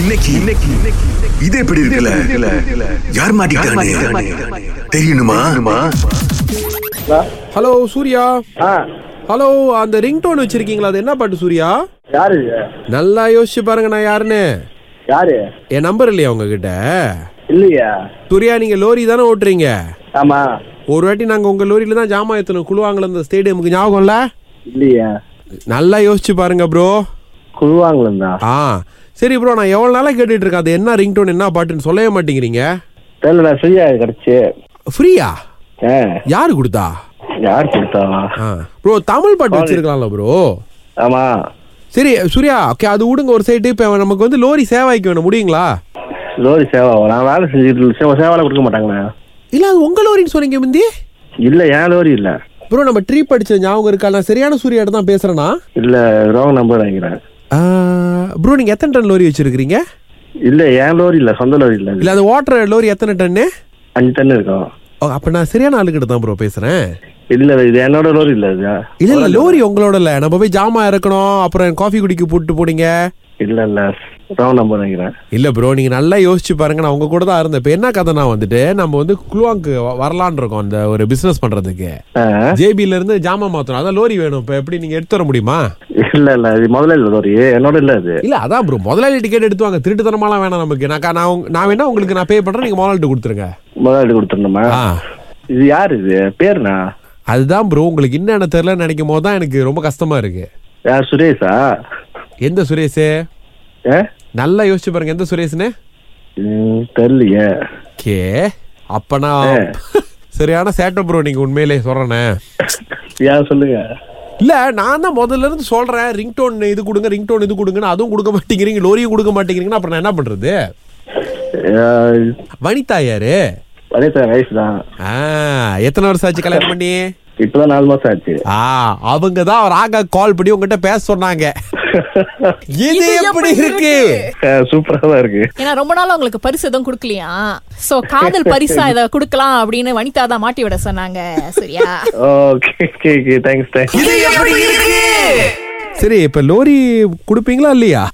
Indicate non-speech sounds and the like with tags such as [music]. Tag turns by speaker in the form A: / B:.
A: இன்னைக்கு இன்னைக்கு இது எப்படி இருக்குல்ல யார் மாட்டிக்கிட்டானே தெரியணுமா
B: ஹலோ சூர்யா
C: ஆ
B: ஹலோ அந்த ரிங்டோன் வச்சிருக்கீங்களா அது என்ன பாட்டு சூர்யா
C: யாரு இது
B: நல்லா யோசிச்சு பாருங்க நான் யாருன்னு
C: யாரு
B: என் நம்பர் இல்லையா உங்ககிட்ட
C: இல்லையா
B: சூர்யா நீங்க லோரி தானே ஓட்டுறீங்க
C: ஆமா
B: ஒரு வாட்டி நாங்க உங்க லோரியில தான் ஜாமா ஏத்தணும் குழுவாங்கல அந்த ஸ்டேடியமுக்கு ஞாபகம்ல
C: இல்லையா
B: நல்லா யோசிச்சு பாருங்க ப்ரோ
C: குழுவாங்களும்
B: ஆ சரி ப்ரோ நான் எவ்வளவு நாளா கேட்டுட்டு இருக்கேன் அது என்ன ரிங்டோன் என்ன பாட்டுன்னு சொல்லவே மாட்டேங்கிறீங்க
C: தெரியல நான் ஃப்ரீயா கிடைச்சு
B: ஃப்ரீயா
C: ஆ
B: யாரு கொடுத்தா
C: யார் கொடுத்தாவா
B: ஆ ப்ரோ தமிழ் பாட்டு வச்சிருக்கலாம்ல ப்ரோ
C: ஆமா
B: சரி சூர்யா ஓகே அது விடுங்க ஒரு சைடு இப்போ நமக்கு வந்து லோரி சேவாய்க்கு வேணும் முடியுங்களா
C: லோரி சேவா நான் வேலை செஞ்சுட்டு சேவை சேவால கொடுக்க மாட்டாங்கண்ணா
B: இல்ல அது உங்க லோரின்னு சொன்னீங்க முந்தி
C: இல்ல ஏன் லோரி இல்ல
B: ப்ரோ நம்ம ட்ரீ படிச்ச ஞாபகம் இருக்கா நான் சரியான சூர்யாட்ட தான் பேசுறேனா
C: இல்ல ராங் நம்பர் வாங்கிறேன்
B: ப்ரோ நீங்க எத்தனை டன் லோரி வச்சிருக்கீங்க
C: இல்ல ஏன் லோரி இல்ல சொந்த லோரி இல்ல
B: இல்ல அது ஓட்டுற லோரி எத்தனை டன்னு
C: அஞ்சு டன் இருக்கும்
B: ஓ, அப்ப நான் சரியான ஆளுகிட்ட தான் ப்ரோ பேசுறேன்
C: இல்ல இது என்னோட லோரி இல்ல இது
B: இல்ல இல்ல லோரி உங்களோட இல்ல நம்ம போய் ஜாமா இறக்கணும் அப்புறம் காஃபி குடிக்க போட்டு போனீங்க
C: இல்ல இல்ல ராங் நம்பர் வாங்கிறேன்
B: இல்ல ப்ரோ நீங்க நல்லா யோசிச்சு பாருங்க நான் உங்க கூட தான் இருந்தேன் இப்ப என்ன கதைனா வந்துட்டு நம்ம வந்து குளுவாங்கு வரலான் இருக்கோம் அந்த ஒரு பிசினஸ் பண்றதுக்கு
C: ஆ.
B: ஜேபில இருந்து ஜாமா மாத்தணும் அதான் லோரி வேணும் இப்ப எப்படி நீங்க எடுத்து வர முடியுமா
C: இல்ல இல்ல இது முதல்ல இல்ல லோரி என்னோட இல்ல இது
B: இல்ல அதான் ப்ரோ முதலாளி டிக்கெட் எடுத்துவாங்க திருட்டுத்தனமாலாம் வேணாம் நமக்கு நான் கா- நான் உங்க- நான் வேணா உங்களுக்கு நான் பே பண்றேன் நீங்க முதலாளிட்டு கொடுத்துருங்க
C: முதலாளி கொடுத்துடணுமா
B: ஆ.
C: இது யாரு இது பேருண்ணா
B: அதுதான் ப்ரோ உங்களுக்கு என்னென்ன தெரியலன்னு நினைக்கும் போது தான் எனக்கு ரொம்ப கஷ்டமா இருக்கு
C: யார் சுரேஷா
B: எந்த சுரேஷ்
C: ஏ
B: நல்லா யோசிச்சு பாருங்க எந்த சுரேஷ்னு
C: ம், தெரியலையே
B: கே அப்பனா சரியான சேட்டை ப்ரோ நீங்க உண்மையிலே சொல்றேனே
C: யார் சொல்லுங்க
B: இல்ல நான் தான் முதல்ல இருந்து சொல்றேன் ரிங்டோன் இது கொடுங்க ரிங்டோன் இது கொடுங்கன்னு அதுவும் கொடுக்க மாட்டேங்கிறீங்க லோரியும் கொடுக்க மாட்டேங்கிறீங்கன்னா அப்புறம் நான் என்ன பண்றது வனிதா யாரு
C: வனிதா வயசு தான்
B: ஆ, எத்தனை வருஷம் ஆச்சு கல்யாணம் பண்ணி
C: இப்பதான் நாலு மாசம் ஆச்சு [laughs]
B: ஆ அவங்க தான் ராகா கால் பண்ணி உங்ககிட்ட பேச சொன்னாங்க இது எப்படி இருக்கு
C: சூப்பரா தான் இருக்கு
D: ஏன்னா ரொம்ப நாளா உங்களுக்கு பரிசு எதுவும் கொடுக்கலையா சோ காதல் பரிசா இத கொடுக்கலாம் அப்படின்னு வனிதா தான் மாட்டி விட சொன்னாங்க சரியா
C: ஓகே தேங்க்ஸ் தேங்க்ஸ்
B: சரி இப்ப லோரி கொடுப்பீங்களா இல்லையா